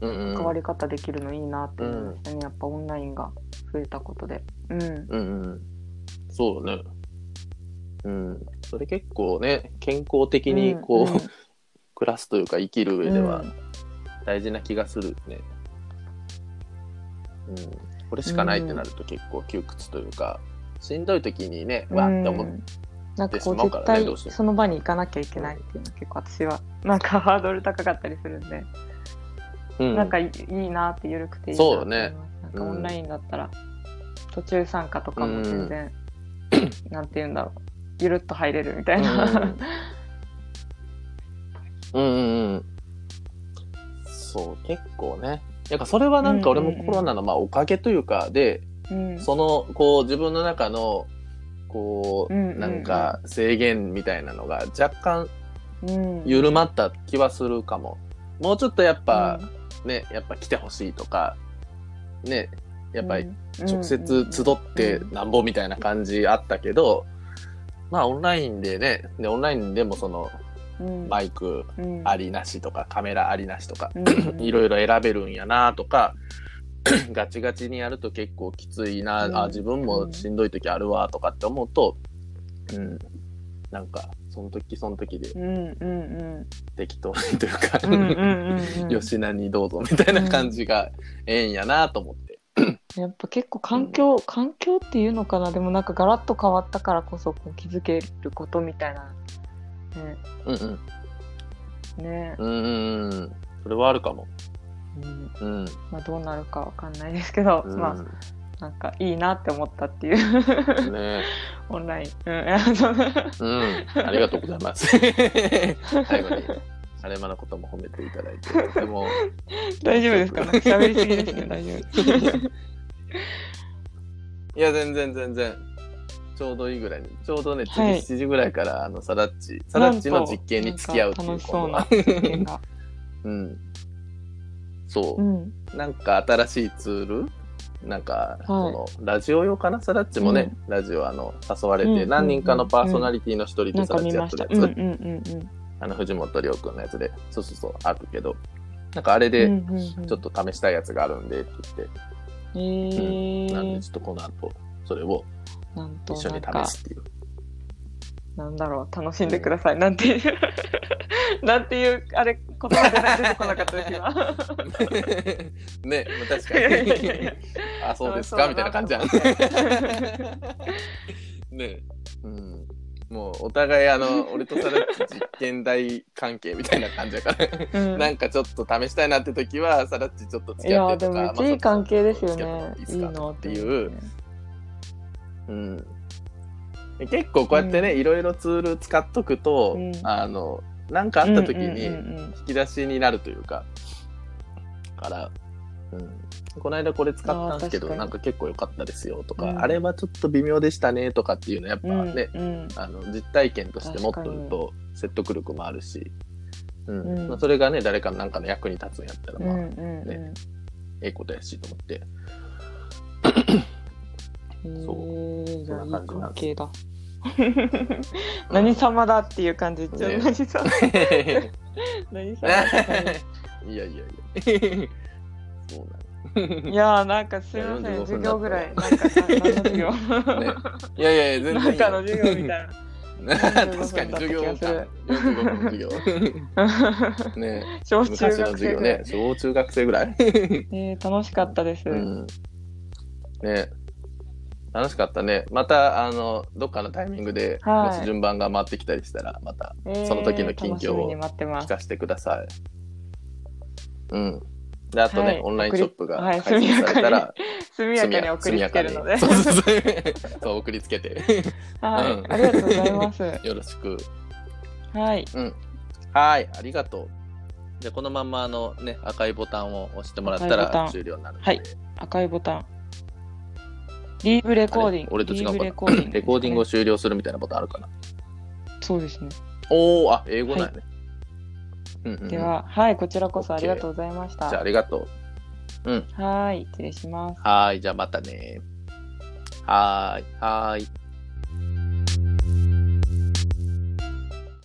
S1: うんうん
S2: 関わり方できるのいいなって思いましたね、やっぱオンラインが増えたことで。うん
S1: うんうん。そうだね。うん。それ結構ね、健康的にこう、 暮らすというか生きる上では大事な気がするね。うん。これしかないってなると結構窮屈というか、しんどい時にね、わーって思
S2: う
S1: っ
S2: んなんかこう
S1: しまうから
S2: 絶
S1: ね
S2: 対
S1: どうしても
S2: その場に行かなきゃいけないっていうのは結構私はなんかハードル高かったりするんで、
S1: て、うん
S2: なんかいいいなって緩くていいな
S1: そう
S2: と
S1: だ
S2: 思
S1: ね
S2: いますなんか
S1: うん
S2: オンラインだったら途中参加とかも全然、なんて言うんだろうゆるっと入れるみたいな、
S1: うんうんうん。そう、結構ね。なんかそれはなんか俺もコロナのまあおかげというかで、
S2: うん
S1: そのこう自分の中のこう
S2: うんうんうん
S1: なんか制限みたいなのが若干
S2: うん
S1: 緩まった気はするかも。もうちょっとやっぱね、やっぱ来てほしいとか、ね、やっぱり直接集ってなんぼみたいな感じあったけど、まあオンラインでね、でオンラインでもそのマイクあ
S2: り
S1: りなしとかカメラありなしとかい
S2: い
S1: ろいろ選べるんやなとか ガチガチにやると結構きついな、
S2: うん
S1: あ自分もしんどい時あるわとかって思うと、うん、なんかその時その時で
S2: うんうんうん
S1: 適当にというか、
S2: うんうんうんうん
S1: よしなにどうぞみたいな感じがええんやなと思って。
S2: やっぱ結構環境、環境っていうのかなでもなんかガラッと変わったからこそこう気づけることみたいな
S1: うんうん
S2: ねね、
S1: うんうんうんそれはあるかも。
S2: うん
S1: うん。
S2: まあ、どうなるかわかんないですけど、
S1: うん
S2: まあなんかいいなって思ったっていう
S1: ね
S2: オンライン、 うん、あの
S1: うん。ありがとうござい ます。最後に、晴れ間のことも褒めていただいて、とて も
S2: 大丈夫ですかなんか喋りすぎですね大丈夫
S1: いや、全然全然。ちょうどいいぐらいに。ちょうどね、次
S2: はい
S1: 7時ぐらいから、あの、サダッチ、サダッチの実験に付き合うっていう
S2: なんか楽
S1: 今
S2: 意見
S1: 度は
S2: が
S1: うん。そうう、
S2: ん
S1: なんか新しいツールなんか、その
S2: は
S1: ラジオ用かなサダッチもね、ラジオあの誘われて、
S2: うんうんうん
S1: 何人かのパーソナリティの一人
S2: な
S1: で
S2: ん
S1: サ
S2: か
S1: ダッ
S2: 見
S1: チや
S2: ま
S1: っ
S2: してた
S1: る
S2: う
S1: や
S2: ん
S1: つ、
S2: うんうん
S1: あの藤本涼君のやつでそうそうそうあるけどなんかあれ
S2: うん
S1: で
S2: うんうんうん
S1: ちょっと試したいやつがあるんでって言って、
S2: えー
S1: なんでちょっとこの後それを
S2: なんと
S1: 一緒
S2: なん
S1: に
S2: か
S1: 試すっていう
S2: なんだろう楽しんでください、なんていう なんていうあれ言葉が出てこなかったです 今
S1: ね、まあ確
S2: いや
S1: か
S2: いやいやい
S1: に
S2: や。
S1: あ、そうですかみたいな感じじゃん
S2: そうだな。
S1: ね、うん。もうお互いあの俺とサラッチ実験台関係みたいな感じだから、
S2: うん
S1: なんかちょっと試したいなって時はサラッチちょっと付
S2: い
S1: き合っ
S2: や
S1: て
S2: で
S1: とか
S2: もめっちゃいい関係ですよね。いいな
S1: っていう、うん、で結構こうやってね、いろいろツール使っとくと、
S2: うん
S1: あのなんかあった時に
S2: うんうんうんうん
S1: 引き出しになるというか、から、うん、この間これ使ったんですけ
S2: あー確
S1: ど
S2: かに
S1: なんか結構良かったですよとか、
S2: うん
S1: あれはちょっと微妙でしたねとかっていうのやっぱね、
S2: うん
S1: あの実体験として持っとると説得力もあるし、うんまあ、それがね誰かのなんかの役に立つんやったら
S2: うん
S1: まあ、え
S2: うん
S1: ねえことやしと思って
S2: うん
S1: そう
S2: えーじゃ
S1: そ
S2: あい
S1: ん
S2: い
S1: な感じなん
S2: 関
S1: です
S2: 係だ 何様だっていう感じじゃ、
S1: ね
S2: 何 様
S1: いや
S2: 何様って感じ
S1: いやいやそうなの
S2: いやーなんかすいま
S1: い
S2: せ
S1: や
S2: ん
S1: 45
S2: 授業ぐらい
S1: 分
S2: なんか何の授業
S1: ねいやいやいや全然
S2: なんかの授業みたい
S1: な 確かに授業
S2: 45分だった気がす
S1: か
S2: る
S1: 45分の授業
S2: な
S1: ね
S2: 小中
S1: 昔の
S2: 学
S1: 授
S2: 生
S1: 業
S2: ぐらい
S1: ね、小中学生ぐらい。
S2: えー、楽しかったです、
S1: うん。ね楽しかったね。また、あの、どっかのタイミングで、
S2: はい
S1: もし順番が回ってきたりしたら、また
S2: えー
S1: その時の近況を
S2: 楽しみに待ってま
S1: 聞
S2: す
S1: かせてください。うん。で、あとね、
S2: はい
S1: オンラインショップが
S2: はい
S1: 開設されたら、
S2: 速やかに送りつけるので
S1: 速やそうそうそう。そう、送りつけて、
S2: はい、
S1: うん
S2: ありがとうございます
S1: よろしく。
S2: はい
S1: はい、ありがとう。じゃあこのまんま、あのね、赤いボタンを押してもらった
S2: 赤いボタ
S1: ら
S2: ン
S1: 終了になるので。
S2: はい赤いボタンリーブレコーディング
S1: あれ俺と違うかな
S2: リーブレコーディング、
S1: レコーディングを終了するみたいなボタンあるかな。
S2: そうですね
S1: おお、あ、英語なんやね。うんうんうん
S2: で、は、はいこちらこそ
S1: OK
S2: ありがとうございまし
S1: じゃああ
S2: た
S1: りがとう。
S2: はい失礼します
S1: はーい、じゃあまたね。はーい、はーい。